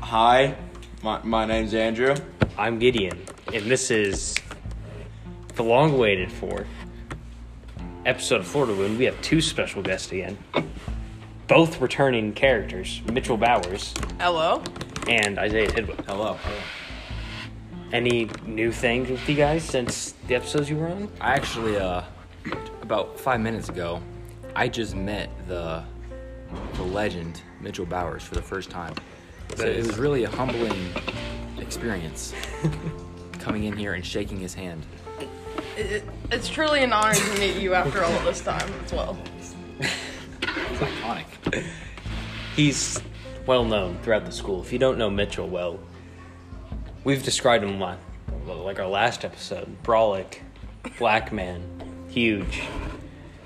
Hi, my, my name's Andrew. I'm Gideon, and this is the long waited for episode of Florida Wound. We have two special guests again, both returning characters Mitchell Bowers Hello. and Isaiah Tidwell. Hello. Any new things with you guys since the episodes you were on? I actually, uh, about five minutes ago, I just met the the legend Mitchell Bowers for the first time. So it was really a humbling experience coming in here and shaking his hand. It, it, it's truly an honor to meet you after all this time as well. Iconic. He's well known throughout the school. If you don't know Mitchell well, we've described him like, like our last episode brolic, black man, huge.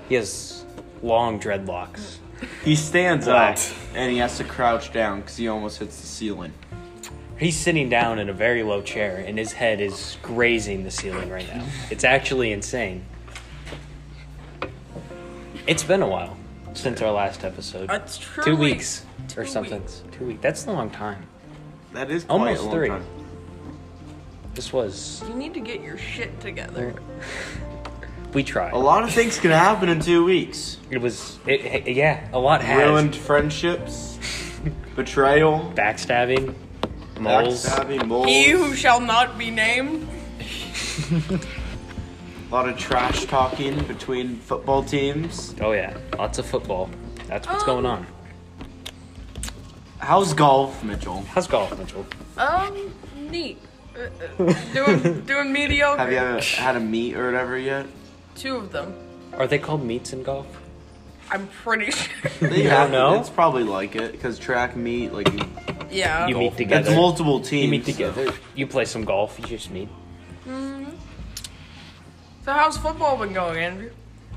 He has long dreadlocks. He stands up Right. and he has to crouch down because he almost hits the ceiling. He's sitting down in a very low chair, and his head is grazing the ceiling right now. It's actually insane. It's been a while since our last episode. It's truly two weeks two or something. weeks. Two weeks. That's a long time. That is quite Almost a long three. time. This was. You need to get your shit together. We tried. A lot of things can happen in two weeks. It was. It, it- yeah, a lot has. Ruined friendships, betrayal, Backstabbing, moles. backstabbing, moles, He who shall not be named. a lot of trash talking between football teams. Oh yeah, lots of football. That's what's Um, going on. How's golf, Mitchell? How's golf, Mitchell? Um, neat. Uh, uh, doing doing mediocre. Have you ever had a meet or whatever yet? Two of them. Are they called meets in golf? I'm pretty sure. They don't have- know? It's probably like it because track meet like you- yeah. You meet that's together. multiple teams. You meet so- together. You play some golf. You just meet. so how's football been going, Andrew?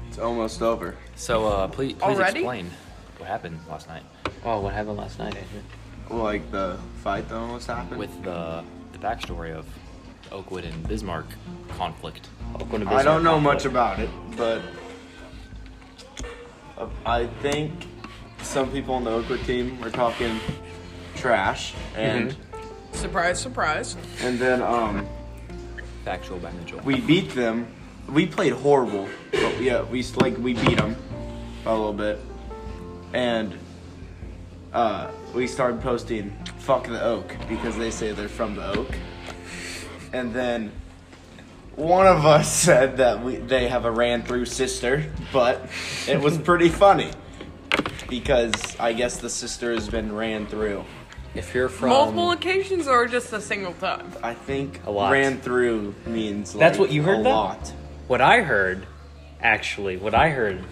It's almost over. So uh, please, please Already? explain what happened last night Oh, what happened last night? Andrew? Like the fight that almost happened. with the the backstory of the Oakwood and Bismarck conflict. Oh, going to I don't Bismarck know Golf much Club. about it, but uh, I think some people on the Oakwood team were talking trash, and Surprise, surprise. and then um Factual by Mitchell. we beat them. We played horrible, but yeah, we s- like we beat them by a little bit, and uh, we started posting "fuck the Oak" because they say they're from the Oak, and then one of us said that we they have a ran through sister, but it was pretty funny because I guess the sister has been ran through. If you're from Multiple occasions or just a single time? I think A lot. ran through means like, That's what you heard, a though? lot. What I heard, actually, what I heard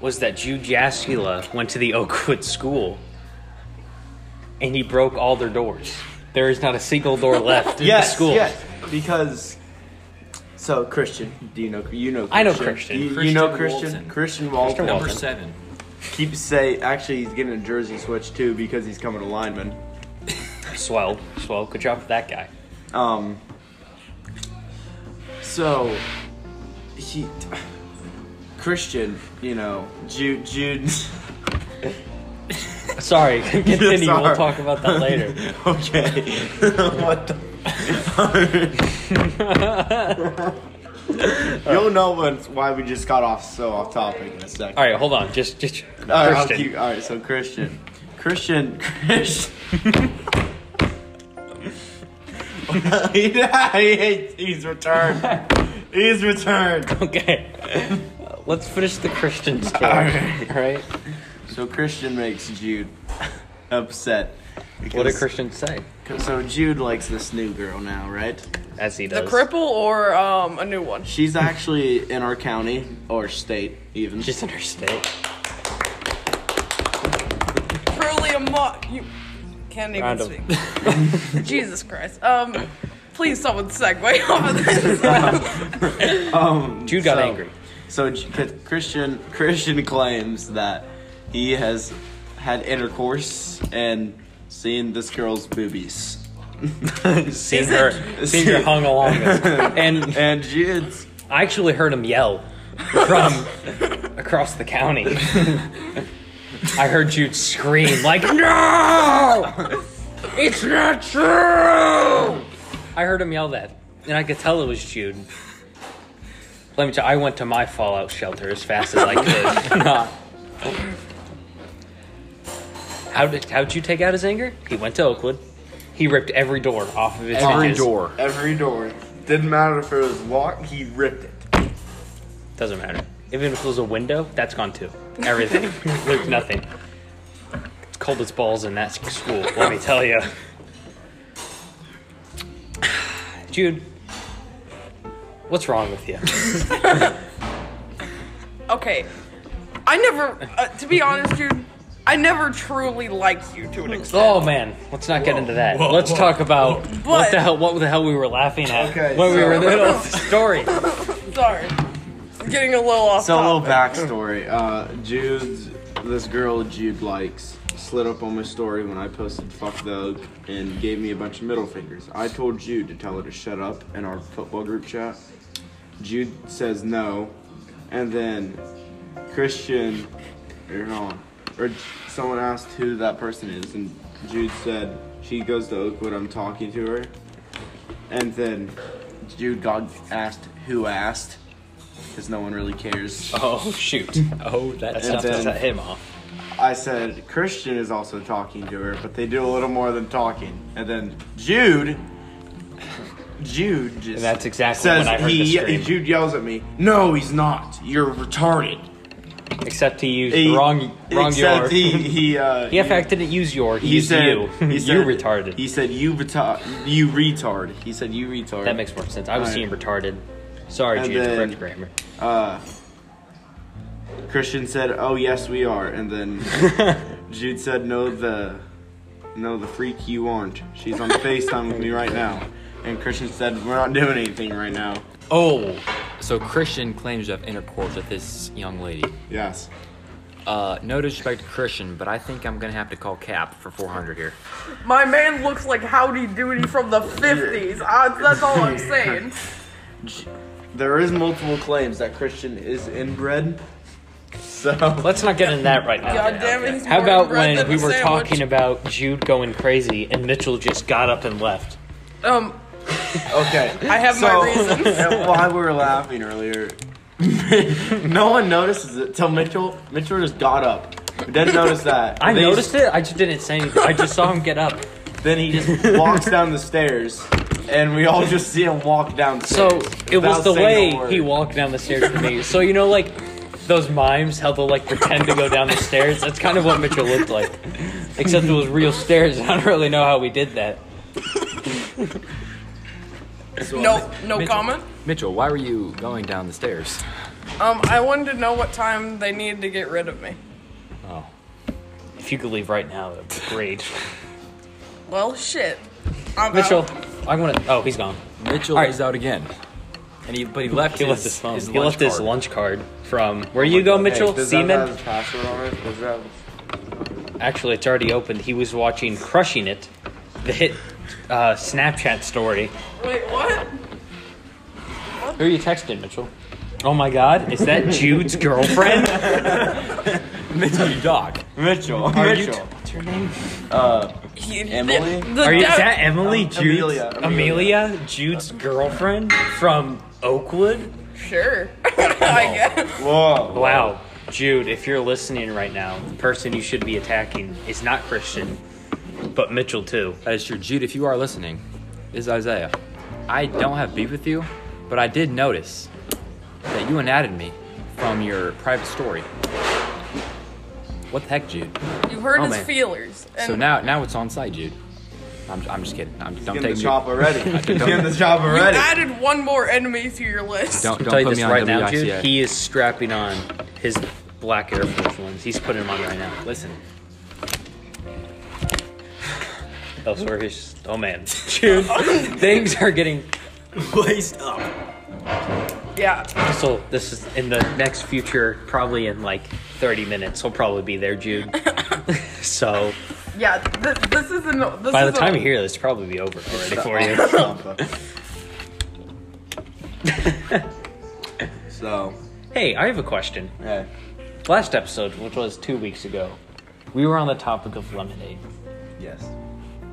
was that Jude Jaskula went to the Oakwood school and he broke all their doors. There is not a single door left in yes, the school. Yes, because so Christian, do you know you know? Christian. I know Christian. You, you Christian know Christian. Walton. Christian Walton. Christian Number Walton. seven. Keep say actually he's getting a jersey switch too because he's coming to lineman. Swell, swell. Good job for that guy. Um. So he Christian, you know Jude Jude. Sorry, continue. Sorry. We'll talk about that later. okay. what the? You'll know what's- why we just got off so off topic in a second. All right, hold on. Just, just. All right, I'll Christian. keep- all right, so Christian, Christian, Christian. he's returned. He's returned. Okay. Uh, Let's finish the Christian story. All Alright. right. So Christian makes Jude upset. What did because- Christian say? So Jude likes this new girl now, right? As he The does. cripple or um a new one? She's actually in our county or state, even. Just understand. Truly a mo- you can't even Round of- speak. Jesus Christ. Um, please someone segue off of this. um, Jude got so- angry. So J- C- Christian Christian claims that he has had intercourse and seen this girl's boobies. Seeing her, seeing her hung along. us. And and Jude's I actually heard him yell from across the county. I heard Jude scream like "No!" It's not true. I heard him yell that, and I could tell it was Jude. Let me tell you, I went to my fallout shelter as fast as I could. Nah. How did how'd you take out his anger? He went to Oakwood. He ripped every door off of his Every hinges. door. Every door. Didn't matter if it was locked, he ripped it. Doesn't matter. Even if it was a window, that's gone too. Everything. There's nothing. It's cold as balls in that school, let me tell you. Jude, what's wrong with you? Okay. I never, uh, to be honest, dude, I never truly liked you to an extent. Oh man, let's not get into that. whoa, let's whoa. talk about what But- the hell what the hell we were laughing at Okay, when we so- were in the middle of the story. Sorry. I'm getting a little off So a little topic. backstory. Uh, Jude's this girl Jude likes slid up on my story when I posted fuck the oak and gave me a bunch of middle fingers. I told Jude to tell her to shut up in our football group chat. Jude says no, and then Christian or no, or someone asked who that person is, and Jude said she goes to Oakwood. I'm talking to her, and then Jude got asked who asked because no one really cares. Oh shoot. Oh, That's that's And not to then- set him off. I said Christian is also talking to her, but they do a little more than talking. And then Jude, Jude just And that's exactly says when I heard he. the scream. Jude yells at me. No, he's not. You're retarded. Except he used He- wrong wrong your Except he he uh, He in fact didn't use your, he, used you. he you retarded. He said you retard. You retard. He said you retard. That makes more sense. I was Alright. seeing retarded. Sorry, And Jude, then- correct grammar. Christian said, "Oh yes, we are," and then Jude said, "No, the, no, the freak you aren't. She's on Facetime with me right now." And Christian said, "We're not doing anything right now." Oh, so Christian claims to have intercourse with this young lady. Yes. Uh, no disrespect to Christian, but I think I'm gonna have to call Cap for 400 here. My man looks like Howdy Doody from the 50s. Uh, that's all I'm saying. There is multiple claims that Christian is inbred, so Let's not get into that right now. God damn it. He's How more about bread than when a we were sandwich. talking about Jude going crazy and Mitchell just got up and left? Um, okay. I have So- my reasons. and why we were laughing earlier. no one notices it till Mitchell. Mitchell just got up. We didn't notice that. I They- noticed it. I just didn't say anything. I just saw him get up. Then he just walks down the stairs, and we all just see him walk down. So it was without the way saying a word. he walked down the stairs to me. So you know, like those mimes, how they'll like pretend to go down the stairs. That's kind of what Mitchell looked like, except it was real stairs. I don't really know how we did that. No, no Mitchell. comment. Mitchell, why were you going down the stairs? Um, I wanted to know what time they needed to get rid of me. Oh, If you could leave right now, that'd be great. Well, shit. I'm Mitchell, out. I want to. Oh, he's gone. Mitchell All right. is out again, and he but he left He his, left his phone. his he left his card. lunch card Oh from where you go, Mitchell. Seaman. a password on it? Does that Actually, it's already opened. He was watching Crushing It, the hit uh, Snapchat story. Wait, what? Who are you texting, Mitchell? Oh my God, is that Jude's girlfriend? Mitchell, you dog. Mitchell? Are you- Mitchell. what's her name? He- the- Emily? the Are you, dev- is that Emily? Jude's, Amelia, Amelia. Amelia, Jude's girlfriend from Oakwood. Sure. Oh. I guess. Whoa. Wow, Jude, if you're listening right now, the person you should be attacking is not Christian, but Mitchell too. That is true, Jude. If you are listening, this is Isaiah. I don't have beef with you, but I did notice that you unadded me from your private story. What the heck, Jude? You heard Oh, his man. feelers. And So now now it's on site, Jude. I'm, I'm just kidding. I'm, don't He's in take the me. chop already. He's in the chop you already. added one more enemy to your list. Don't, I'll tell don't you put this me on right now, WICA. Jude. He is strapping on his black Air Force ones. He's putting them on right now. Listen, Elsewhere, he's oh man, Jude, things are getting Waist up. Yeah. So this is in the next future, probably in like 30 minutes. He'll probably be there, Jude. so Yeah. Th- this is an. This by is the time a, you hear this, it'll probably be over already for you. so, Hey, I have a question. yeah. Last episode, which was two weeks ago, we were on the topic of lemonade. Yes.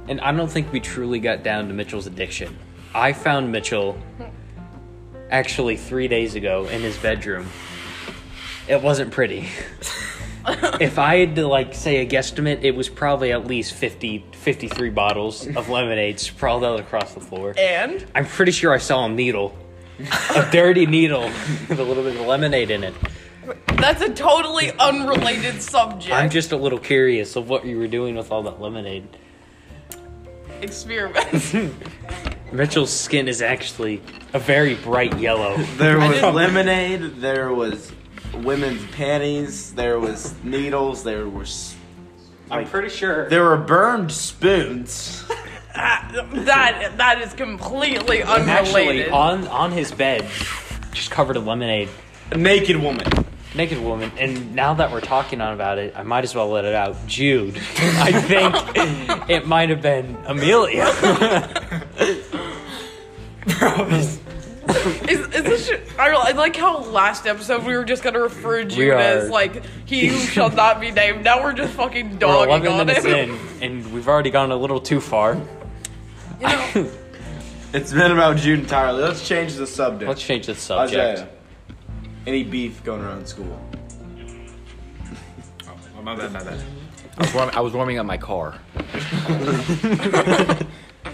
And I don't think we truly got down to Mitchell's addiction. I found Mitchell actually three days ago in his bedroom. It wasn't pretty. if I had to like say a guesstimate, it was probably at least 50, 53 bottles of lemonade sprawled out across the floor. And I'm pretty sure I saw a needle, a dirty needle with a little bit of lemonade in it. that's a totally unrelated subject. I'm just a little curious of what you were doing with all that lemonade. experiments. Mitchell's skin is actually a very bright yellow. There was didn't- lemonade. There was women's panties. There was needles. There were s- I'm pretty sure. there were burned spoons. that that is completely Actually, unrelated. on on his bed, just covered in lemonade, A naked woman. naked woman. And now that we're talking on about it, I might as well let it out. Jude, I think it might have been Amelia. Is, is this? sh- I, real- I like how last episode we were just gonna refer to We Jude as are- like he who shall not be named. Now we're just fucking we're dogging 11 on minutes him. in, and we've already gone a little too far. You know, It's been about Jude entirely. Let's change the subject. Let's change the subject. Isaiah, any beef going around school? my bad, my bad. I was, warm, I was warming up my car.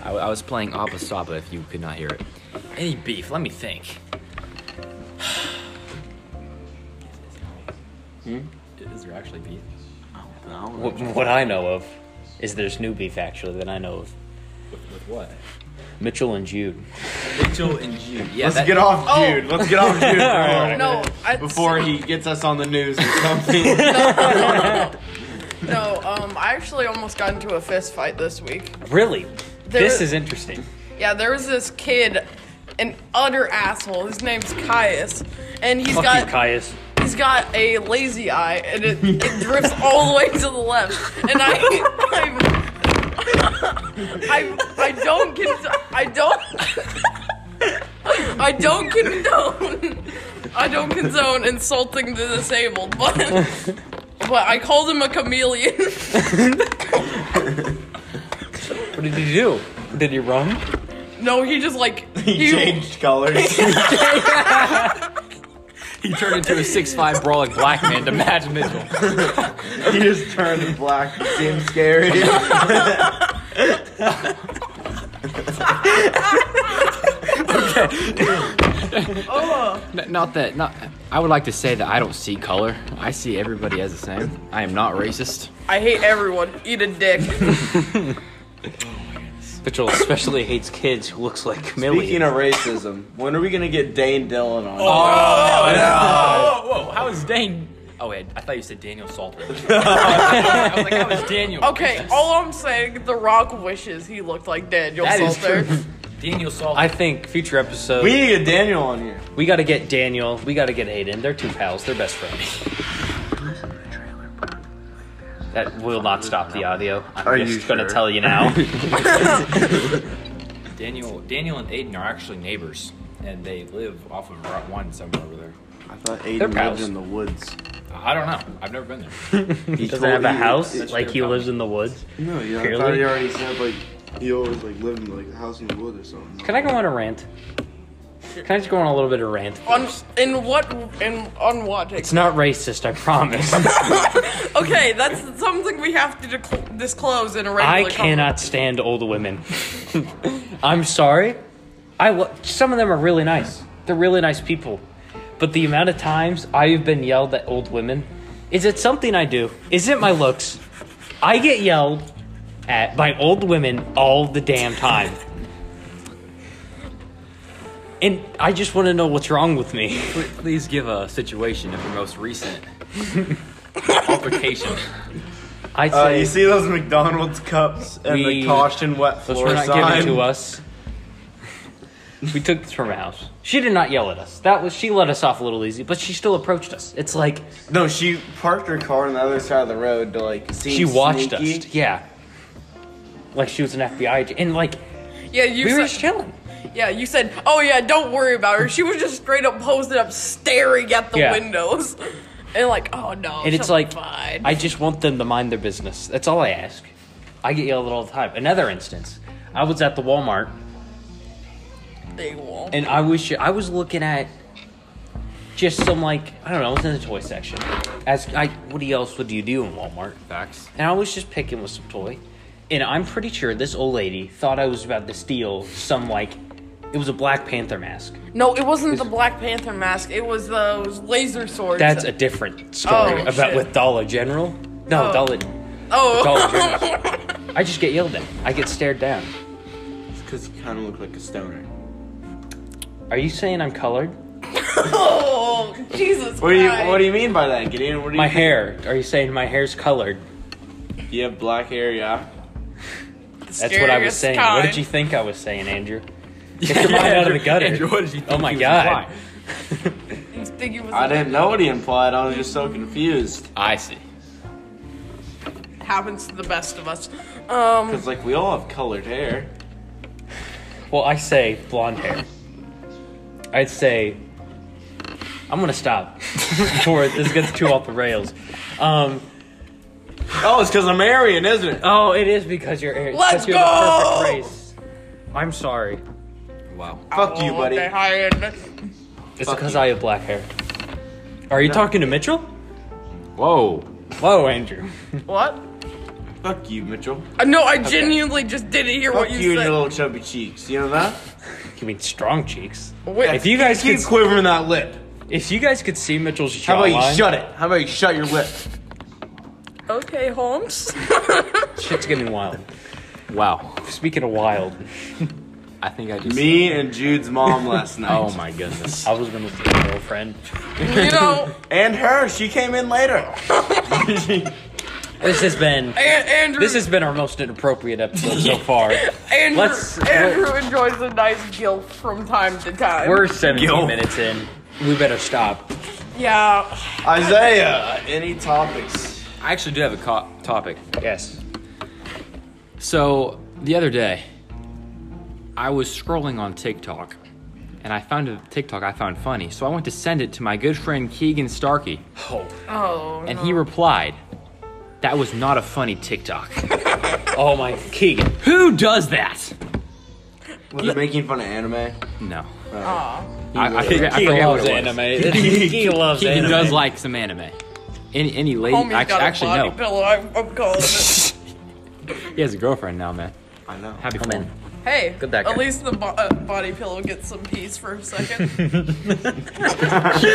I, I was playing Abba Saba if you could not hear it. Any beef? Let me think. Is there actually beef? What, what I know of is there's new beef actually that I know of. With what? Mitchell and Jude. Mitchell and Jude. Yeah, Let's that- get off Oh. Jude. Let's get off Jude. no, I, Before he gets us on the news or something. no. Um, I actually almost got into a fist fight this week. Really? There- this is interesting. Yeah, there was this kid, an utter asshole. His name's Caius, and he's Fuck got you, Caius. he's got a lazy eye, and it, it drifts all the way to the left. And I, I, I, I don't con- I don't, I don't condone, I don't condone insulting the disabled, but but I called him a chameleon. What did he do? Did he run? No, he just like he changed colors. He turned into a six-five brawling black man to match Mitchell. he just turned black. It seemed scary. N- Not that. Not. I would like to say that I don't see color. I see everybody as the same. I am not racist. I hate everyone. Eat a dick. Mitchell especially hates kids who looks like chameleons. Speaking of racism, when are we gonna get Dane Dillon on? Oh. Whoa, whoa, how is Dane? Oh, wait, I thought you said Daniel Salter. I was like, how is Daniel? Okay, all I'm saying, The Rock wishes he looked like Daniel That is Salter. true. Daniel Salter. I think future episode We we, need to get Daniel on here. got to get Daniel, we got to get Hayden. They're two pals, they're best friends. That will not stop the audio. I'm Are just you gonna sure? tell you now. Daniel, Daniel and Aiden are actually neighbors, and they live off of Route One somewhere over there. I thought They're Aiden lived pals. in the woods. I don't know. I've never been there. He Doesn't have a he- house, it- like he lives in the woods. no, yeah, I thought Clearly. he already said like he always like lived in like a house in the woods or something. Can I go on a rant? Can I just go on a little bit of rant? on in what in on what? It's not racist, I promise. okay, that's something we have to dec- disclose in a regular. I conver- cannot stand old women. I'm sorry. I lo- some of them are really nice. They're really nice people. But the amount of times I've been yelled at old women, is it something I do? Is it my looks? I get yelled at by old women all the damn time. And I just want to know what's wrong with me. Please give a situation of your most recent altercation. I'd Uh, say you see those McDonald's cups and We- the caution wet Those floor were not sign? given to us. We took this from her house. She did not yell at us. That was she let us off a little easy, but she still approached us. It's like No, she parked her car on the other side of the road to like see. she watched sneaky. us. Yeah, like she was an FBI agent, and like Yeah, you we were just said. chilling. yeah, you said. Oh yeah, don't worry about her. She was just straight up posted up, staring at the Yeah. windows, and like, oh no. And it's she'll be like fine. I just want them to mind their business. That's all I ask. I get yelled at all the time. Another instance, I was at the Walmart They won't. and I was I was looking at just some like I don't know, it's in the toy section. As I, what else would you do in Walmart? Facts. And I was just picking with some toy, and I'm pretty sure this old lady thought I was about to steal some like, it was a Black Panther mask. No, it wasn't the Black Panther mask. It was those laser swords. That's a different story Oh, about shit. with Dollar General. No, Oh. Dollar. Dollar oh. General. I just get yelled at. I get stared down. Because you kind of look like a stoner. Are you saying I'm colored? oh, Jesus What do you Christ. What do you mean by that, Gideon? What do you My mean? hair. Are you saying my hair's colored? You have black hair, yeah. That's what I was Scariest saying. What kind. did you think I was saying, Andrew? Get your mind out of the gutter. Andrew, what did you oh think my he was god. implying? You think it was I didn't know what he implied. I was just so confused. I see. happens to the best of us. Um, Cause like we all have colored hair. Well, I say blonde hair. I'd say I'm gonna stop before this gets too off the rails. Um, Oh, it's because I'm Aryan, isn't it? oh, it is because you're Aries. Let's you're the go! perfect race. I'm sorry. Wow. Fuck you, oh, buddy. they hired- It's Fuck because you. I have black hair. Are you talking to Mitchell? Whoa. Whoa, Andrew. What? Fuck you, Mitchell. Uh, no, I genuinely just didn't hear Fuck what you, you and said. your little chubby cheeks. You know that? You mean strong cheeks? Wait, If you guys could, Keep quivering that lip. if you guys could see Mitchell's jawline, How about you shut it? How about you shut your lip? okay, Holmes. Shit's getting wild. Wow. Speaking of wild, I think I just. Me and Jude's mom last night. Oh my goodness. I was gonna say girlfriend. you know, And her, she came in later. This has been A- Andrew. this has been our most inappropriate episode so far. Andrew, let's- Andrew enjoys a nice guilt from time to time. We're 17 Yo. minutes in. We better stop. yeah. Isaiah, any topics? I actually do have a co- topic. Yes. So the other day, I was scrolling on TikTok, and I found a TikTok I found funny. So I went to send it to my good friend Keegan Starkey, Oh, Oh. and he replied, "That was not a funny TikTok. oh my Keegan. Who does that?" Was it making fun of anime? No. Aw. I, I forget, I Keegan forget what loves it was. anime. Keegan loves Keegan anime. does like some anime. Any, any lady? Homie's act- got a actually, body no. pillow. I'm, I'm calling it. He has a girlfriend now, man. I know. Happy for him. Hey, Good that guy. at least the bo- uh, body pillow gets some peace for a second. Keegan,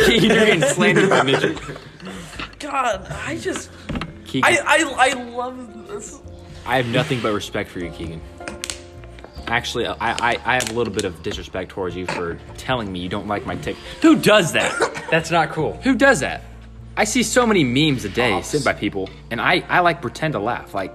you're getting slandered by Mitchell. God, I just, Keegan, I, I, I, I love this. have nothing but respect for you, Keegan. Actually, I, I, I have a little bit of disrespect towards you for telling me you don't like my tick. Who does that? That's not cool. Who does that? I see so many memes a day sent by people, and I, I like pretend to laugh. Like,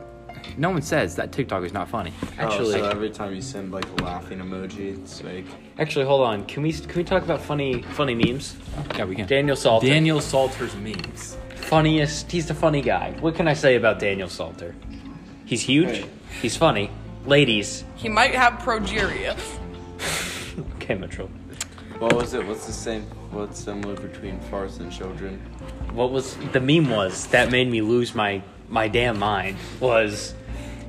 no one says that TikTok is not funny. Actually, Oh, so every time you send like a laughing emoji, it's like actually, hold on. Can we can we talk about funny funny memes? Yeah, we can. Daniel Salter. Daniel Salter's memes. funniest. He's the funny guy. What can I say about Daniel Salter? He's huge. Hey. He's funny. Ladies. He might have progeria. Okay, Mitchell. what was it? What's the same? What's similar between farce and children? what was the meme was that made me lose my my damn mind was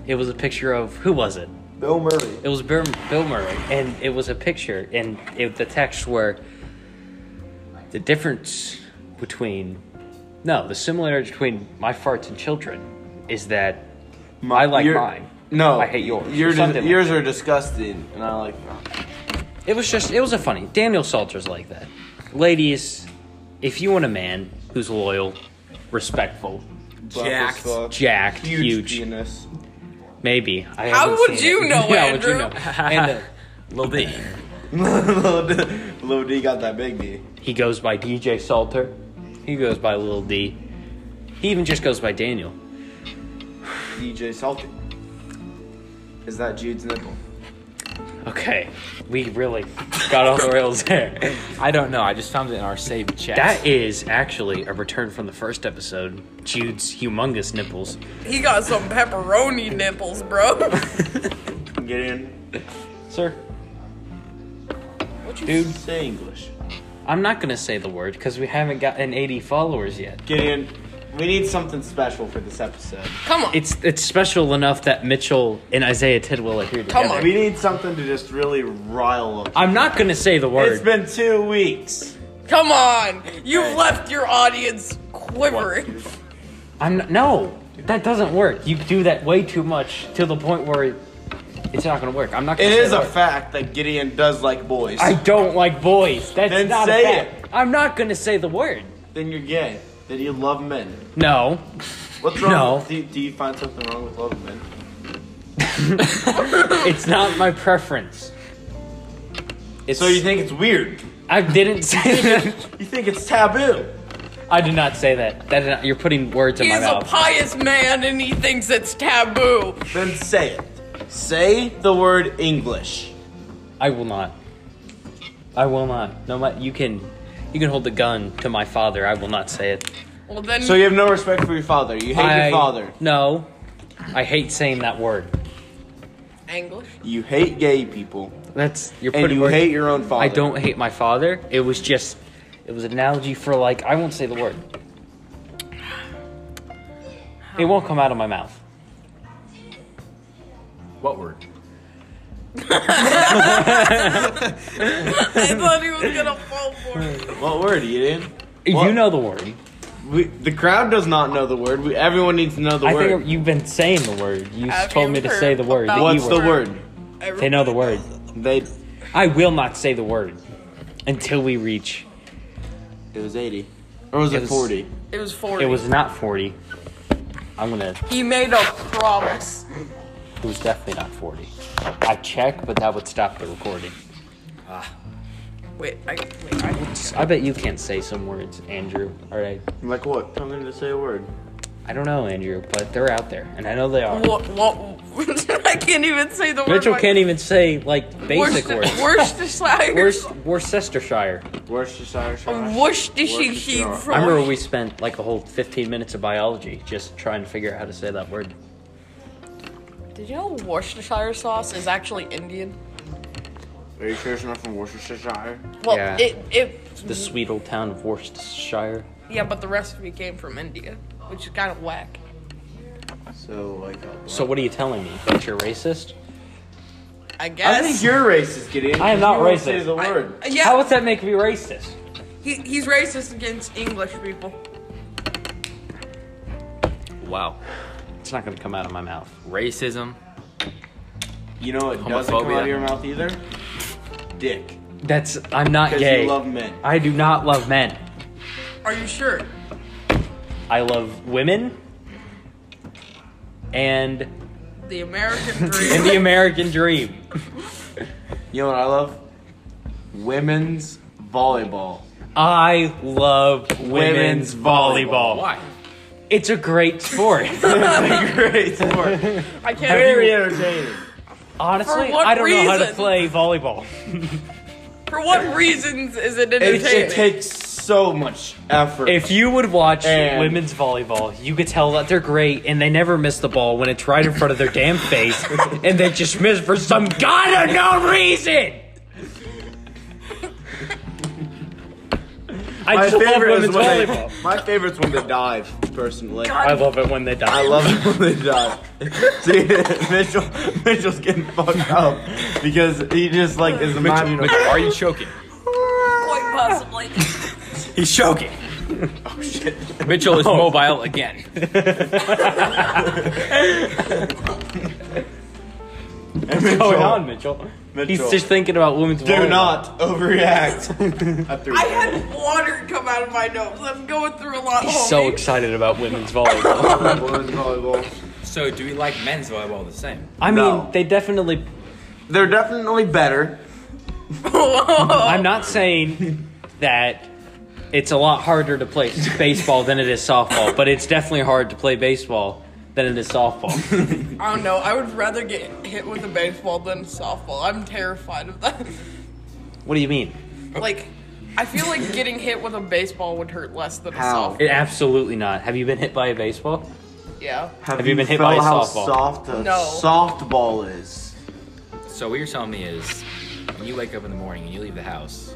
it was a picture of who was it Bill Murray. it was bill, bill murray and it was a picture and it, the text were the difference between no the similarity between my farts and children is that i like Your- mine No, I hate yours, or Yours, something like yours are disgusting, and I like mine. it was just it was a funny daniel salter's like that ladies if you want a man who's loyal respectful Jacked. jacked Huge, huge, penis. maybe I How haven't would seen you it. know, yeah, would you Andrew? know and uh, Lil D. Lil D- Lil D got that big D. He goes by DJ Salter. He goes by Lil D. He even just goes by Daniel. DJ Salty. Is that Jude's nipple? Okay, we really got off the rails there. I don't know. I just found it in our saved chat. That is actually a return from the first episode. Jude's humongous nipples. He got some pepperoni nipples, bro. Get in. Sir, What you Dude. Say English. I'm not gonna say the word because we haven't gotten 80 followers yet. Gideon, We need something special for this episode. Come on. It's it's special enough that Mitchell and Isaiah Tidwell are here together. Come on. We need something to just really rile up. I'm not gonna say the It's word. been two weeks. Come on. You've left your audience quivering. I'm not, no, that doesn't work. You do that way too much to the point where it's not gonna work. I'm not. gonna It say is the a word. fact that Gideon does like boys. I don't like boys. That's Then not say a fact. I'm not gonna say the word. then you're gay. Then you love men. No. What's wrong? No. with- do, do you find something wrong with loving men? It's not my preference. It's, So you think it's weird? I didn't say that. You think it's taboo? I did not say that. That did not, you're putting words in He's my a mouth. pious man and he thinks it's taboo. Then say it. Say the word English. I will not. I will not. No, my, you can, you can hold the gun to my father. I will not say it. Well, then. So you have no respect for your father. You hate I, your father. No, I hate saying that word. English? You hate gay people. That's you're And putting you words- hate your own father. I don't hate my father. It was just, it was an analogy for like I won't say the word. It won't come out of my mouth. What word? I thought he was gonna fall for it. What word, Gideon? You What? know the word. We, the crowd does not know the word. We, everyone needs to know the I word. think you've been saying the word. You Have told you me to heard say the word. about- The E What's the word. word? They know the word. They. I will not say the word until we reach. It was eighty, or was It it, was- forty? It was 40. It was not forty. I'm gonna. He made a promise. It was definitely not forty. I checked, but that would stop the recording. Wait, I. Wait, I. I bet you can't say some words, Andrew. All right. Like what? Tell them to say a word. I don't know, Andrew, but they're out there, and I know they are. What? What? I can't even say the word. Mitchell can't even say like basic Worcester, words. Worcestershire. Worcest- Worcestershire. Worcestershire. Worcestershire. Worcestershire. I remember we spent like a whole 15 minutes of biology just trying to figure out how to say that word. Did you know Worcestershire sauce is actually Indian? Are you sure it's not from Worcestershire? Well, Yeah. it it The sweet old town of Worcestershire. yeah, but the recipe came from India, which is kind of whack. So like. So what are you telling me? That you're racist? I I guess. think you're racist, Gideon. I am not You won't racist. Say the I- word. yeah, How would that make me racist? he, he's racist against English people. Wow. It's not going to come out of my mouth. Racism. You know it doesn't come Homophobia. out of your mouth either. Dick. That's I'm not Because gay. you love men. I do not love men. Are you sure? I love women and The American dream. and the American dream. You know what I love? Women's volleyball. I love women's, Women's volleyball. volleyball. Why? It's a great sport. Great sport. I can't. Very entertaining. Honestly, For what I don't know how to reason? play volleyball. For what reasons is it It, entertaining? it takes so much effort. If you would watch And- women's volleyball, you could tell that they're great and they never miss the ball when it's right in front of their damn face and they just miss for some god unknown reason. I my just love favorite is women's when volleyball. they, my favorite's when they dive. Personally, I love it when they die. I love it when they dive. See, Mitchell, Mitchell's getting fucked up because he just like is imagining. Mitchell, are you choking? Quite possibly. He's choking. Oh shit! Mitchell Oh. is mobile again. What's going on, Mitchell? He's Mitchell. just thinking about women's volleyball. Do not overreact. I threw I it. had water come out of my nose. I'm going through a lot. Oh, He's homie. so excited about women's volleyball. Women's volleyball. So, do we like men's volleyball the same? I mean, No. they definitely. They're definitely better. I'm not saying that it's a lot harder to play baseball than it is softball, but it's definitely hard to play baseball than it is softball. I don't know. I would rather get hit with a baseball than a softball. I'm terrified of that. what do you mean? Like, I feel like getting hit with a baseball would hurt less than a How? softball. It, absolutely not. Have you been hit by a baseball? Yeah. Have, you been hit by felt a how softball? soft a No. softball is? So, what you're telling me is when you wake up in the morning and you leave the house,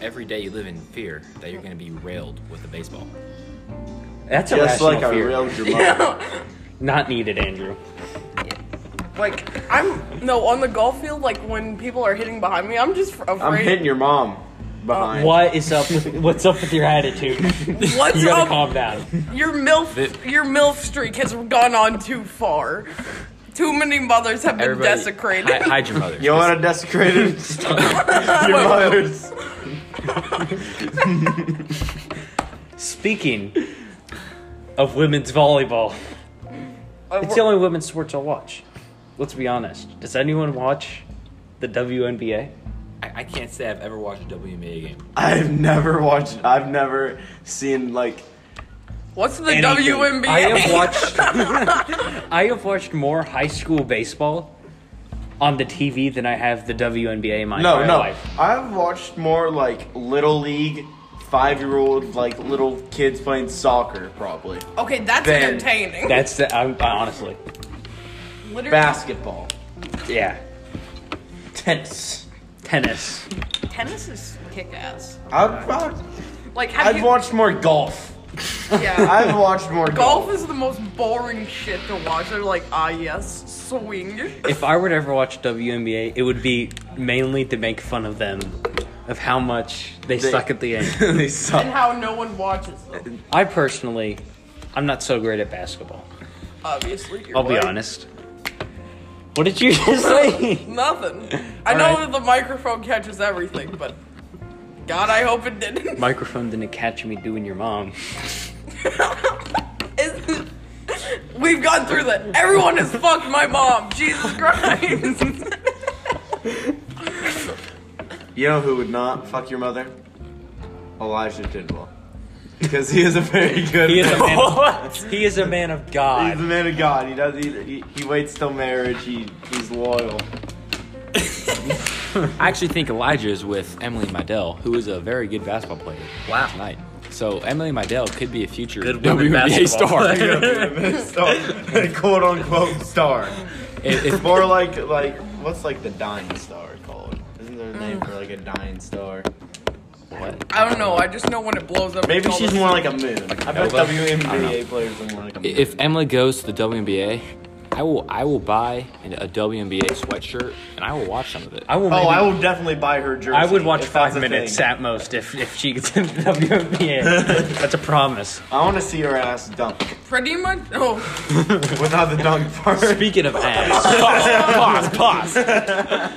every day you live in fear that you're going to be railed with a baseball. That's a Just rational like a fear. real Jamaican. Not needed, Andrew. Like I'm no on the golf field. Like when people are hitting behind me, I'm just afraid. I'm hitting your mom behind. What is up? With, what's up with your attitude? What's You gotta up? calm down. Your milf, your milf streak has gone on too far. Too many mothers have been Everybody, desecrated. hi- hide your mother. You want to desecrate it? your mother's. Speaking of women's volleyball, Uh, it's we're- the only women's sports I watch. Let's be honest. Does anyone watch the WNBA? I, I can't say I've ever watched a WNBA game. I've never watched. I've never seen like. What's the anything. WNBA? I have watched. I have watched more high school baseball on the TV than I have the WNBA in my No, entire no. life. I've watched more like little league, five year old like little kids playing soccer probably. okay, that's Then- entertaining. That's the, I'm, I honestly, Literally, Basketball, yeah, tennis. tennis. tennis is kick ass. I've prob- Like have I've you? watched more golf. yeah. I've watched more golf. Golf is the most boring shit to watch. They're like, ah, yes, swing. If I were to ever watch WNBA, it would be mainly to make fun of them, of how much they, They- suck at the end. they And suck. how no one watches them. I personally, I'm not so great at basketball. Obviously, you're I'll be right. honest. What did you just say? Nothing. I All know right. that the microphone catches everything, but God, I hope it didn't. Microphone didn't catch me doing your mom. It's- We've gone through that. Everyone has fucked my mom. Jesus Christ. You know who would not fuck your mother? Elijah Tidwell, because he is a very good. He is a man. he is a man of He's a God. man of God. He does. He, he, he waits till marriage. He he's loyal. I actually think Elijah is with Emily Mydell, who is a very good basketball player. Wow. Tonight. So Emily Mydell could be a future Good woman WNBA basketball star. player. star, quote unquote star. If- if- More like like what's like the dying star called? Isn't there a name for like a dying star? I don't know. I just know when it blows up. Maybe it's all she's the- more like a moon. I bet Elba? I don't WNBA players are more like a moon. if Emily goes to the WNBA, I will I will buy an, a WNBA sweatshirt and I will watch some of it. I will. oh, maybe- I will definitely buy her jersey. I would watch if that's five a minutes thing. at most if, if she gets into the WNBA. That's a promise. I want to see her ass dunk Pretty much. Oh, without the dunk part. Speaking of ass, pause, pause, pause.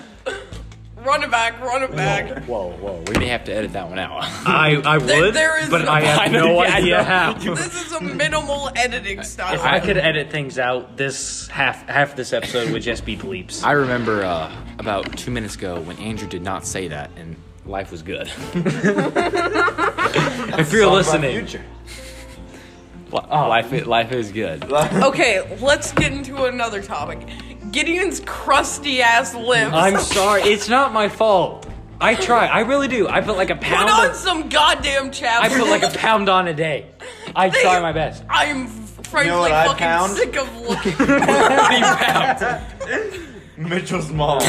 run it back, run it back. Whoa, whoa, Oh, we may have to edit that one out. I, I There- would, there is but no- I have no idea how. This is a minimal editing If style. I could edit things out, this half half this episode would just be bleeps. I remember uh, about two minutes ago when Andrew did not say that and life was good. if you're Talk about listening, future. life, i- life is good. Okay, let's get into another topic. Gideon's crusty ass lips. I'm sorry. It's not my fault. I try. I really do. I put like a Put pound. on On, some goddamn I chapstick. put like a pound on a day. I try my best. I'm frankly You know what I fucking found? sick of looking. Mitchell's mom.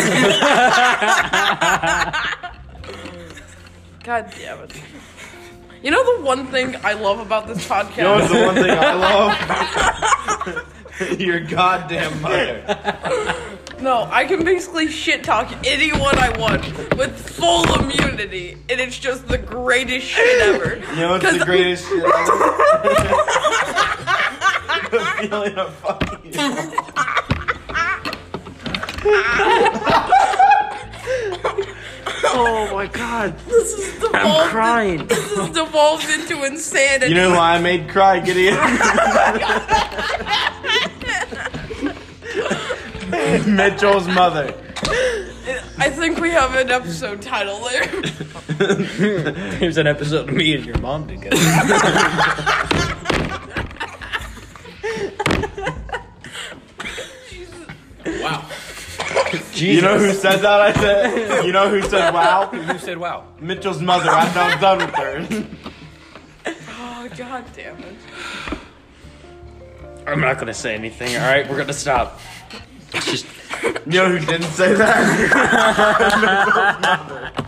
God damn it. You know the one thing I love about this podcast? You know what's the one thing I love? Your goddamn mother. No, I can basically shit talk anyone I want with full immunity, and it's just the greatest shit ever. You know what's the greatest shit ever? the feeling of fucking. Oh my god! This is devolved. crying. This is devolved into insanity. You know why I made cry, Gideon? Mitchell's mother. I think we have an episode title there. Here's an episode of me and your mom together. Wow. Jesus. You know who said that? I said. You know who said wow? Who said wow? Mitchell's mother. I'm not done with her. oh god damn it. I'm not gonna say anything. All right, we're gonna stop. Just You know who didn't say that?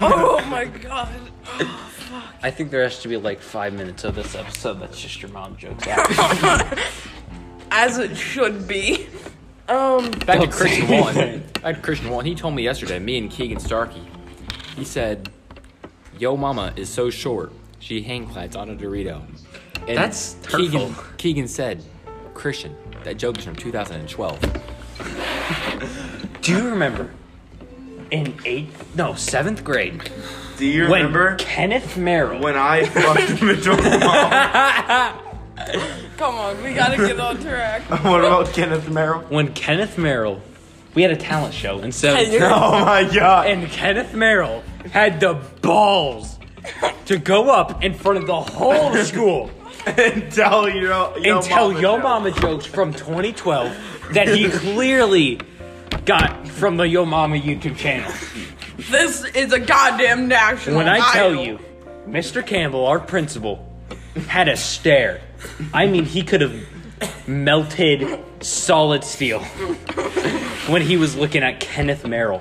Oh my god. I think there has to be like five minutes of this episode that's just your mom jokes. Out. As it should be. Um, Back to Don't Christian say Wallen. anything. Back to Christian Wallen. He told me yesterday, me and Keegan Starkey, he said, Yo mama is so short, she hang glides on a Dorito. And That's Keegan, hurtful. Keegan said, Christian, that joke is from 2012. Do you remember in eighth, no, seventh grade Do you when remember Kenneth Merrill? when I fucked Mitchell? come on, we gotta get on track. what about Kenneth Merrill? when Kenneth Merrill, we had a talent show in seventh And you're- Oh my god. and Kenneth Merrill had the balls to go up in front of the whole school And tell your, your and tell mama Yo joke. Mama jokes from 2012 that he clearly got from the Yo Mama YouTube channel. This is a goddamn national. When I tell idol. you, Mr. Campbell, our principal, had a stare. I mean, he could have melted solid steel when he was looking at Kenneth Merrill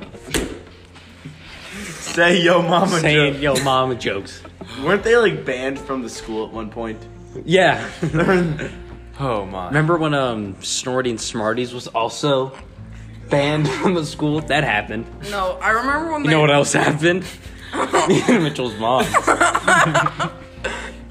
Say yo mama saying joke. Yo Mama jokes. Weren't they like banned from the school at one point? Yeah. Oh my. Remember when um Snorting Smarties was also banned from the school? That happened. no, I remember when You they, know what else happened? Me and Mitchell's mom.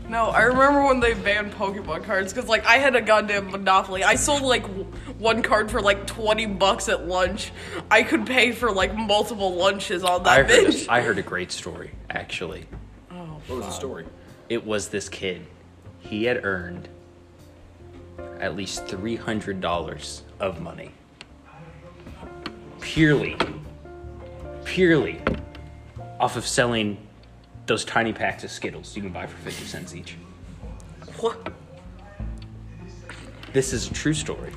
No, I remember when they banned Pokemon cards because like I had a goddamn monopoly. I sold like w- one card for like twenty bucks at lunch. I could pay for like multiple lunches on I that heard, bitch. I heard a great story, actually. What was the story? It was this kid. He had earned at least $300 of money. Purely, purely off of selling those tiny packs of Skittles you can buy for 50 cents each. What? This is a true story.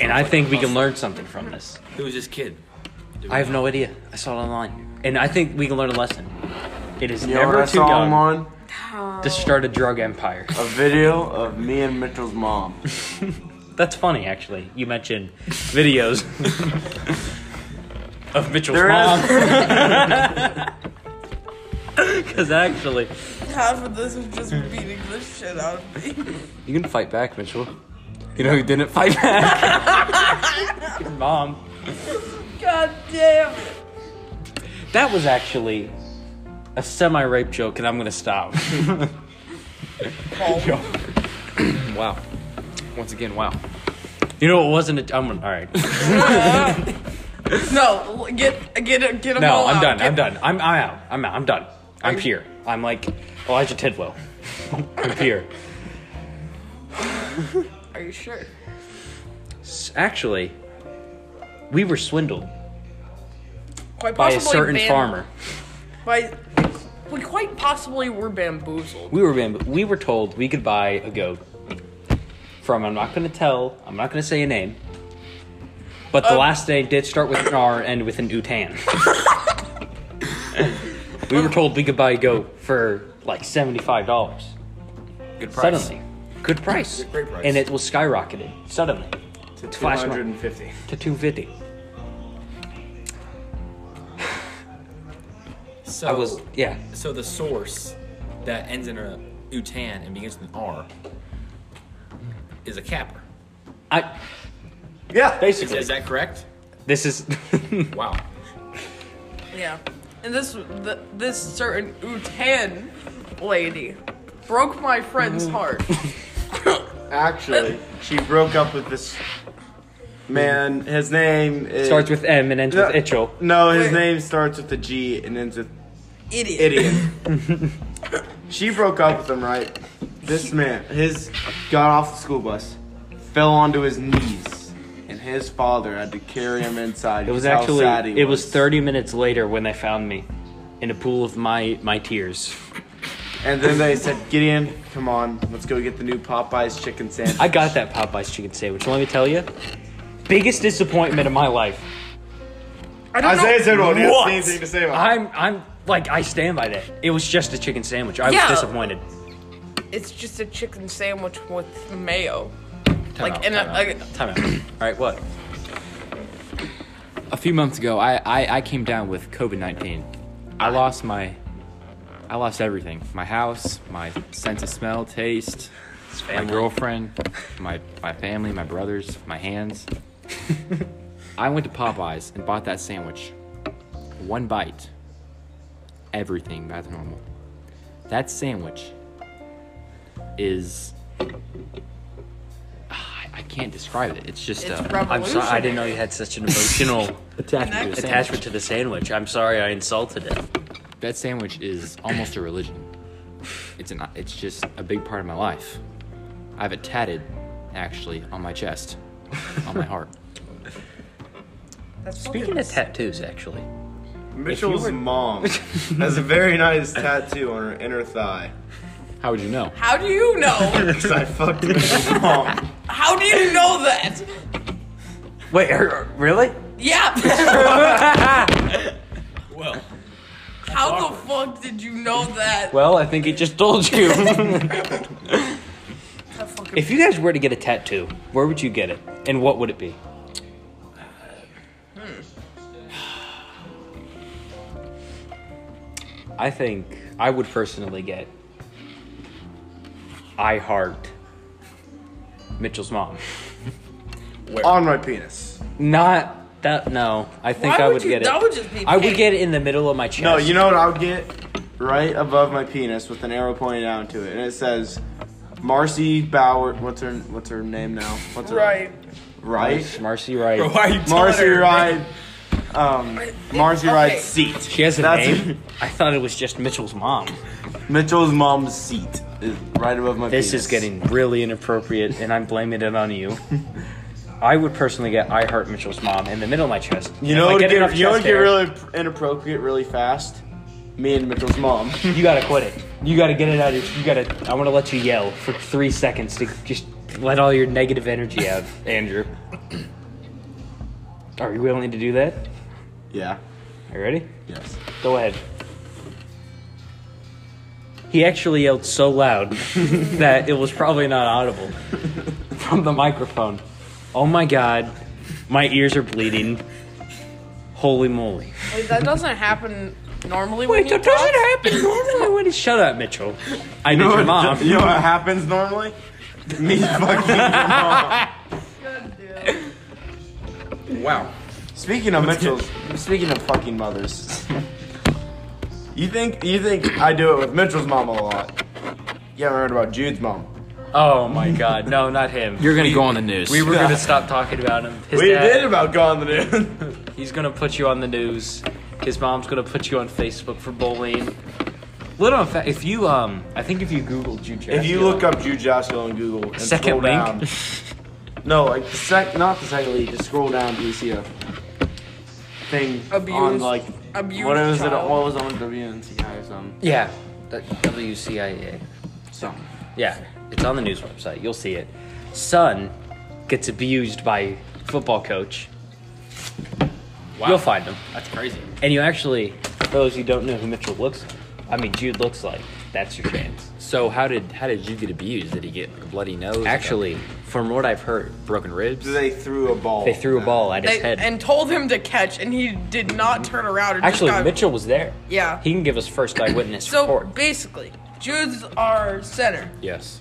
And I think we can learn something from this. Who was this kid? I have no idea. I saw it online. And I think we can learn a lesson. It is You know what never I too saw young online? to start a drug empire. A video of me and Mitchell's mom. That's funny, actually. You mentioned videos of Mitchell's There mom. Because actually, Half of this is just beating the shit out of me. You can fight back, Mitchell. You know who didn't fight back? your mom. God damn it. That was actually a semi rape joke, and I'm going to stop. wow. Once again, wow. You know, it wasn't a. I'm, all right. No, l- get get it- get them No, all I'm out. done. Get- I'm done. I'm, I'm out. I'm out. I'm done. I'm here. I'm like Elijah Tidwell. I'm here. Are you sure? S- Actually, we were swindled Quite by possibly a certain bam- farmer. By we quite possibly were bamboozled. We were bamb- we were told we could buy a goat from I'm not going to tell. I'm not going to say a name. But the last name did start with an R and with an utan. we were told we could buy a goat for like seventy-five dollars. Good price. Suddenly, good price. Great price. And it was skyrocketed suddenly To Flash mob. 250. to two fifty. So, I was yeah. so the source that ends in a utan and begins with an R is a capper. I Yeah. Is, basically is that correct? this is Wow. Yeah, and this th- this certain Utan lady broke my friend's heart. Actually, she broke up with this man. His name is, starts with M and ends with No, itchel. No, his Wait. name starts with a G and ends with Idiot. idiot. she broke up with him, right? This man, his got off the school bus, fell onto his knees, and his father had to carry him inside. It was actually it was 30 minutes later when they found me in a pool of my my tears. And then they said, Gideon, come on, let's go get the new Popeyes chicken sandwich. I got that Popeye's chicken sandwich. Let me tell you, biggest disappointment of my life. I don't know- Isaiah Zidro, do you have What? anything to say about it? I'm I'm like I stand by that. It was just a chicken sandwich. I Yeah. was disappointed. It's just a chicken sandwich with mayo. like out, in time a, Time out. All right, what? A few months ago, I, I, I came down with COVID 19. I lost my. I lost everything. My house, my sense of smell, taste, my family. girlfriend, my my family, my brothers, my hands. I went to Popeyes and bought that sandwich. One bite. Everything back to normal. That sandwich is Ah, I I can't describe it. It's just It's a I'm sorry. I didn't know you had such an emotional attachment. to a sandwich. attachment to the sandwich. I'm sorry I insulted it. That sandwich is almost a religion. It's an it's just a big part of my life. I have it tatted actually on my chest, on my heart. That's Speaking of tattoos, actually, Mitchell's mom has a very nice tattoo on her inner thigh. How would you know? How do you know? Because I fucked Mitchell's mom. How do you know that? wait, er, really? Yeah. Well, How the fuck did you know that? Well, I think he just told you. if you guys were to get a tattoo, where would you get it, and what would it be? I think I would personally get I heart Mitchell's mom. On my penis. Not that. No, I think Why I would would you- get it. that would just be I would pain. get it in the middle of my chest. No, you know what I would get? Right above my penis with an arrow pointing down to it. And it says Marcy Bauer what's her what's her name now? What's her Right. Right? Marcy Wright. bro, why are you telling Marcy her? Ride um Marcy Okay. Ride's seat. She has a That's name. I thought it was just Mitchell's mom. Mitchell's mom's seat is right above my This penis. is getting really inappropriate, and I'm blaming it on you. I would personally get I heart Mitchell's mom in the middle of my chest. You know If I what get get, enough you know chest what get hair, really inappropriate really fast? Me and Mitchell's mom. You gotta quit it. You gotta get it out. Of, you gotta. I want to let you yell for three seconds to just let all your negative energy out, Andrew. Are you willing to do that? yeah. Are you ready? Yes. Go ahead. He actually yelled so loud that it was probably not audible from the microphone. Oh my god, my ears are bleeding. Holy moly. Wait, that doesn't happen normally when you talk? happen normally when shut up, Mitchell. I know You know, your what, mom. you know what happens normally? Me fucking your mom. Wow. Speaking of Mitchell's, speaking of fucking mothers, you think you think I do it with Mitchell's mom a lot? You haven't heard about Jude's mom. Oh my god, no, not him. You're gonna go on the news. we were gonna stop talking about him. His We dad- did about Gone the Noon. He's gonna put you on the news. His mom's gonna put you on Facebook for bullying. Little fact, if you um, I think if you Google Jude if you Chastain- look up Jude Joshua on Google and scroll Second link. down, no, like the sec, not the second link. Just scroll down till you see a thing on Abused- like abused what was it? child. What was on WNCI or something? yeah, that WCIA, Something. yeah, it's on the news website. You'll see it. Son gets abused by football coach. Wow. You'll find him, That's crazy. and you actually, for those who don't know who Mitchell looks, I mean Jude looks like. That's your chance. So how did how did you get abused? Did he get like, a bloody nose? like, a Actually, from what I've heard, broken ribs. They threw a ball. they threw a ball at his They, head. and told him to catch, and he did not turn around. And Actually, just got, Mitchell was there. Yeah. He can give us first eyewitness So report. basically, Jude's our center, Yes.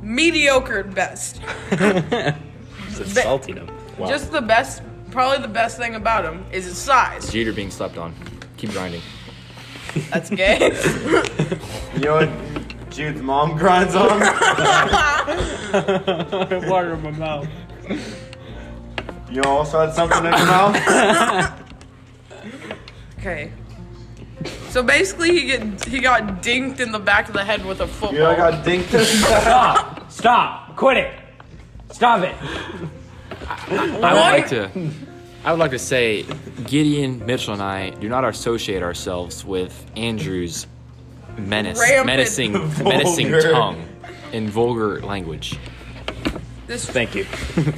mediocre at best. He's insulting him. Wow. Just the best, probably the best thing about him is his size. Jeter being slept on. Keep grinding. That's gay. You know what? Jude's mom grinds on. Water in my mouth. You also had something in your mouth. okay. So basically, he get he got dinked in the back of the head with a football. You know, I got dinked. Stop! Stop! Quit it! Stop it! I would What? like to. I would like to say, Gideon Mitchell and I do not associate ourselves with Andrew's menace, Rampant, menacing, menacing vulgar. tongue, and vulgar language. this Thank you.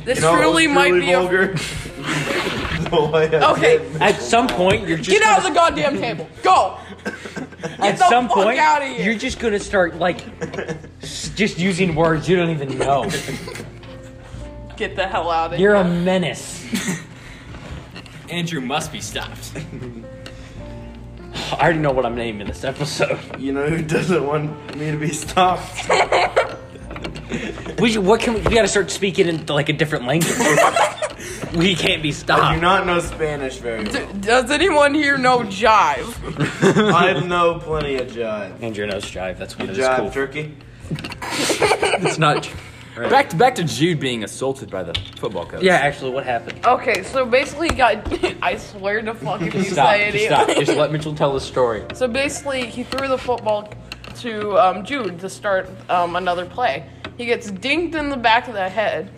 this You know, truly it was might be a- vulgar. The way I Okay. did. At some point, you're just. Get out of the goddamn table. Go. At the some fuck point, outta here. you're just gonna start like, s- just using words you don't even know. Get the hell out of You're here. a menace. Andrew must be stopped. I already know what I'm naming this episode. You know who doesn't want me to be stopped? We should, what can we? We gotta start speaking in like a different language. we can't be I do stopped. not know Spanish very well. D- does anyone here know jive? I know plenty of jive. Andrew knows jive. That's what it is. Jive Cool. turkey? It's not. Back to back to Jude being assaulted by the football coach. Yeah, actually, what happened? Okay, so basically, he got I swear to fuck if you Stop! say Just anything. stop! Just let Mitchell tell the story. So basically, he threw the football to um, Jude to start um, another play. He gets dinged in the back of the head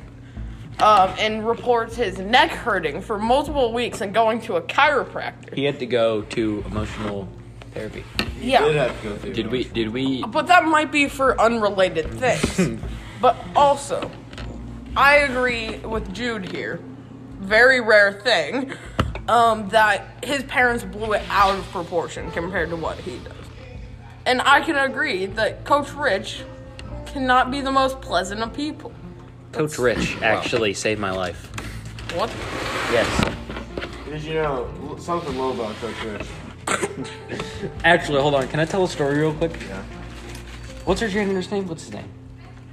um, and reports his neck hurting for multiple weeks and going to a chiropractor. He had to go to emotional therapy. Did Yeah. have to go through Did we? Did we? But that might be for unrelated things. but also, I agree with Jude here. Very rare thing um, that his parents blew it out of proportion compared to what he does. And I can agree that Coach Rich cannot be the most pleasant of people. Coach Rich actually saved my life. What? Yes. Did you know l- something low about Coach Rich? Actually, hold on. Can I tell a story real quick? Yeah. What's her trainer's name? What's his name?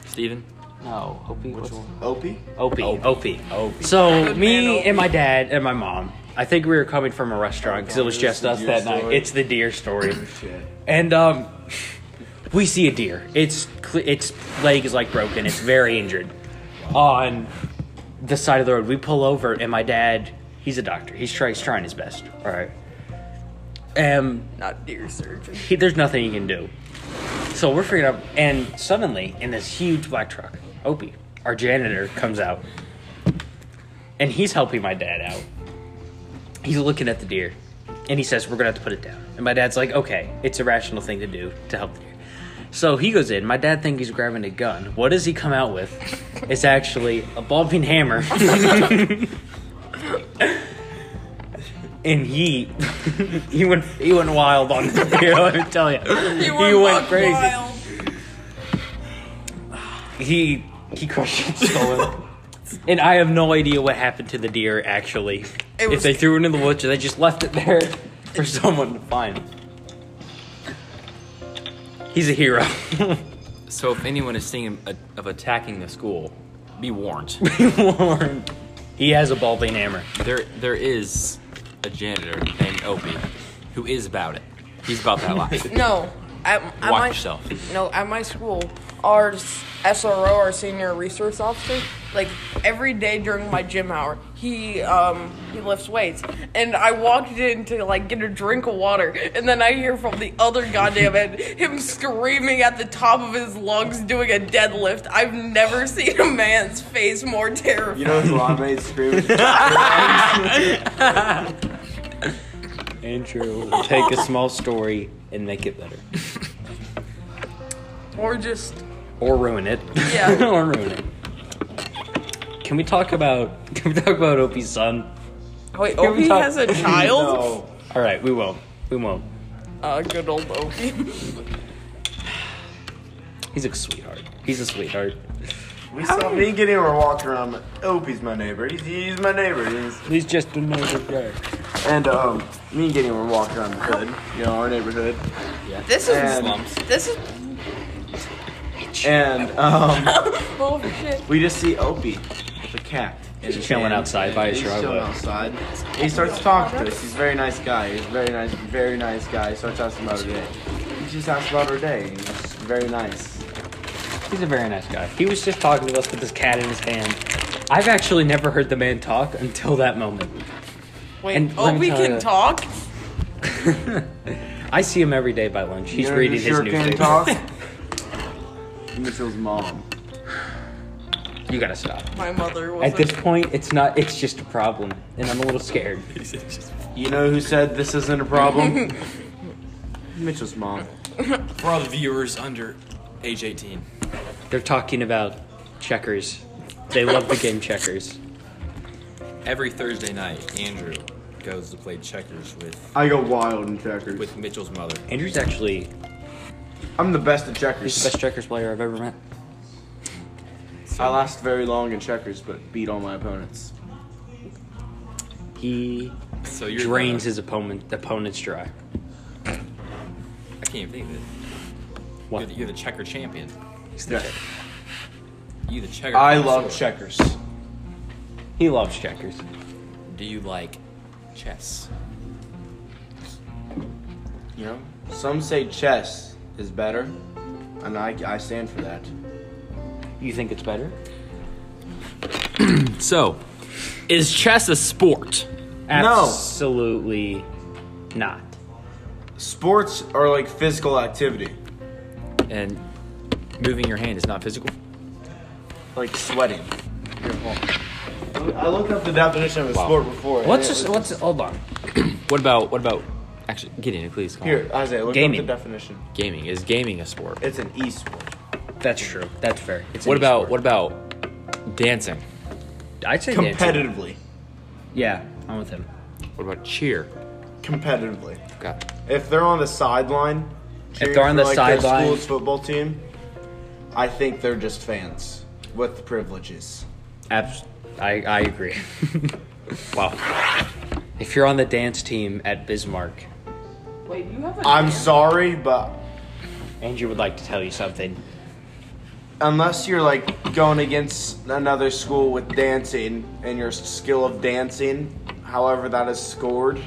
Steven? No, Opie. What's one? Opie? Opie. Opie. So me and my dad and my mom. I think we were coming from a restaurant because it was This just is the us deer that night. story. It's the deer story, Shit. and um, we see a deer. Its cle- its leg is like broken. It's very injured. On the side of the road, we pull over, and my dad. He's a doctor. He's try, he's trying his best. All right. Um, Not dear surgeon. he, there's nothing he can do. So we're figuring out, and suddenly, in this huge black truck, Opie, our janitor, comes out, and he's helping my dad out. He's looking at the deer, and he says, "We're gonna have to put it down." And my dad's like, "Okay, it's a rational thing to do to help the deer." So he goes in. My dad thinks he's grabbing a gun. What does he come out with? It's actually a ball peen hammer. and he he went he went wild on the deer. Let me tell you, he buck wild. He he crushed it, stole it. And I have no idea what happened to the deer actually. It if was- they threw it in the woods or they just left it there for someone to find. He's a hero. So if anyone is thinking of- of attacking the school, be warned. Warren. He has a ball peen hammer. there, there is a janitor named Opie who is about it. He's about that life. No. At, at Watch my, yourself. No, at my school, our s- SRO, our senior resource officer, like every day during my gym hour, he um he lifts weights, and I walked in to like get a drink of water, and then I hear from the other goddamn end him screaming at the top of his lungs doing a deadlift. I've never seen a man's face more terrified. You know who I made scream? Andrew will take a small story and make it better. Or just Or ruin it. Yeah. or ruin it. Can we talk about can we talk about Opie's son? wait, Can we Opie talk- has a child. No. Alright, we won't. We won't. Uh, good old Opie. He's a sweetheart. He's a sweetheart. We saw me get in or walk around. Opie's my neighbor. He's, he's my neighbor. He's, He's just another guy. and um, me and Gideon were walking around the hood, you know, our neighborhood. This is And, this is and um, bullshit. we just see Opie with a cat. in his chilling hand, outside by his he's chilling driveway. outside. And he starts talking to us. He's a very nice guy. He's a very nice, very nice guy. He starts asking about her day. He just asks about her day. He's just very nice. He's a very nice guy. He was just talking to us with his cat in his hand. I've actually never heard the man talk until that moment. Wait, And let me Opie tell can ya- talk. I see him every day by lunch. He's You know who reading his sure can newspaper. talk? Mitchell's mom. You gotta stop. My mother was. At a- this point, it's not. It's just a problem, and I'm a little scared. You know who said this isn't a problem? Mitchell's mom. For all the viewers under age 18. They're talking about checkers. They love the game checkers. Every Every Thursday night, Andrew goes to play checkers with, I go wild in checkers. with Mitchell's mother. Andrew's actually I'm the best at he's checkers. the best checkers player I've ever met. I last very long in checkers, but beat all my opponents. He So you're drains his opponent opponents dry. can't even think of it. What? You're the, you're the checker champion. Yeah. You the checker. I love connoisseur. checkers. He loves checkers. Do you like chess? You know, some say chess is better, and I, I stand for that. You think it's better? So, is chess a sport? Absolutely not. Sports are like physical activity, And moving your hand is not physical? like sweating. Here, hold on. I looked up the definition of a sport before. and What's it this, was- what's hold on? What about what about actually Gideon, please come here, Isaiah? Look Gaming. up the definition. Gaming. Is gaming a sport? It's an e-sport. That's true. That's fair. It's what an about e-sport. what about dancing? I'd say dancing. Competitively, Yeah, I'm with him. What about cheer? competitively. Okay. If they're on the sideline, cheering they're on for, the like, their sideline- school's football team, I think they're just fans with privileges. Abs- I, I agree. wow. If you're on the dance team at Bismarck Wait, you have a I'm sorry, but Andrew would like to tell you something, unless you're like going against another school with dancing and your skill of dancing, however that is scored,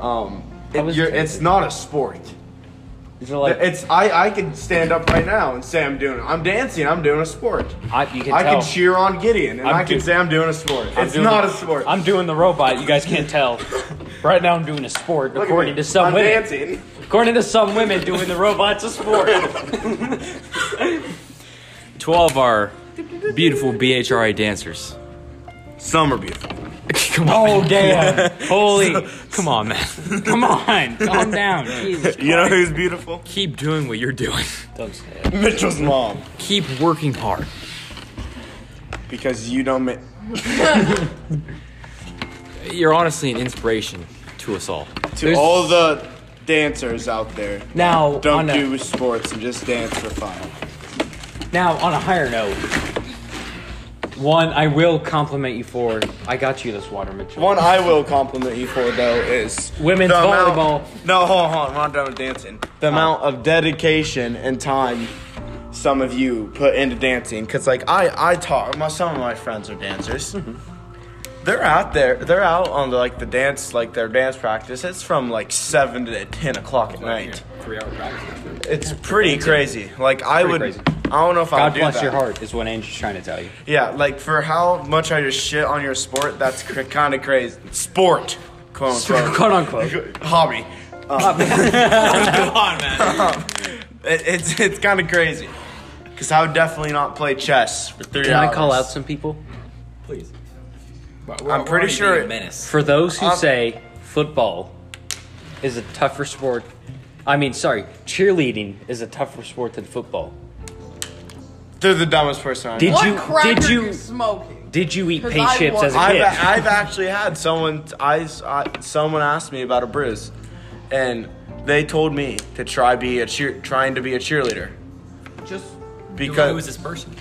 um, That it- was you're, crazy. it's not a sport. is it like it's I I can stand up right now and say I'm doing it. I'm dancing. I'm doing a sport. I, you can I tell. can cheer on Gideon and I'm i can do- say I'm doing a sport. I'm it's doing not the- a sport. I'm doing the robot. You guys can't tell. Right now, I'm doing a sport. Look at according me. to some I'm women, dancing. according to some women, doing the robot's a sport. To all of our beautiful BHRI dancers. Some are beautiful. come on. oh damn! Holy, Come on, man. come on, calm down. Jesus. You know who's beautiful? Keep doing what you're doing. Don't say it. Mitchell's mom. Keep working hard. Because you don't. Ma- You're honestly an inspiration to us all. to There's- all the dancers out there, Now, don't on a, do sports and just dance for fun. Now, on a higher note, one I will compliment you for. I got you this water, Mitchell. One I will compliment you for though is Women's the amount- volleyball. no, hold on, hold on. We're not done with dancing. The amount of dedication and time some of you put into dancing, because like I, I talk. My some of my friends are dancers. Mm-hmm. They're out there. They're out on the, like the dance, like their dance practice. It's from like seven to ten o'clock at night. Three hour practice. It's pretty crazy. Like I would. crazy. I don't know if I would God do bless that. your heart is what Andrew's trying to tell you. Yeah, like for how much I just shit on your sport, that's cr- kind of crazy. Sport, quote unquote, Quote unquote. hobby. Um, Come on, man. It, it's it's kind of crazy. Cause I would definitely not play chess for three Can hours. I call out some people? Please. I'm pretty sure A it, menace. For those who Um, say football is a tougher sport, I mean, sorry, cheerleading is a tougher sport than football. they're the dumbest person. I Did know. what you- cracker did you- you smoking? Did you eat 'Cause paint I chips won. as a I've, kid? I've actually had someone I, s- I- someone asked me about a bruise, and they told me to try be a cheer, trying to be a cheerleader Just who is because this person?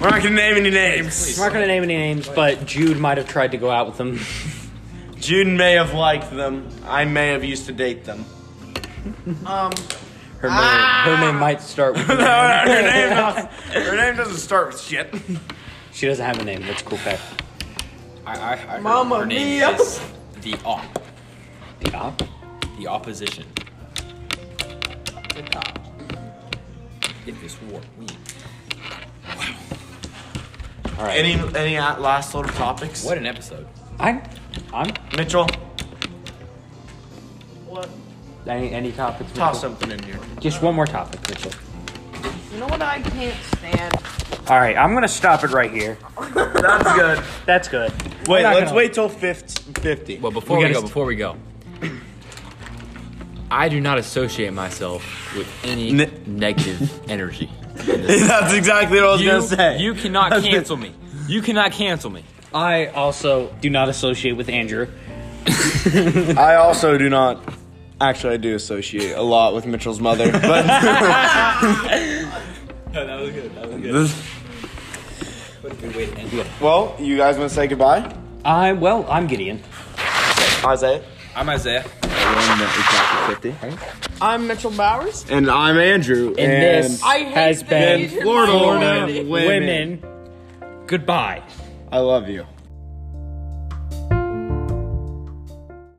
we're not gonna name any names. Please. I'm not going to name any names, but Jude might have tried to go out with them. Jude may have liked them. I may have used to date them. Her, name, her Ah. name might start with. No, no, her name doesn't, her name doesn't start with shit. She doesn't have a name. That's cool, Pat. I, I, I heard Mamma her name mia. is the op, The op. the opposition. If this war wins. All right. Any any uh, last little topics? What an episode. I'm. I'm. Mitchell, What? Any any topics? Mitchell? toss something in here. Just one more topic, Mitchell. You know what I can't stand? All right, I'm gonna stop it right here. That's good. That's good. Wait, not let's gonna- wait till 50. 50. Well, before We we, gotta go, st- before we go, I do not associate myself with any Ne- negative energy. That's exactly what I was You, gonna say. you cannot That's it. cancel me. You cannot cancel me. I also do not associate with Andrew. I also do not. Actually, I do associate a lot with Mitchell's mother, but that was good. That was good. this, What a good way to end it. well, you guys want to say goodbye? I'm well. I'm Gideon. Isaiah. I'm Isaiah. Everyone, exactly 50. I'm Mitchell Bowers. And I'm Andrew. And, this- I hate Has that been you did Florida my Florida name. women. Goodbye. I love you.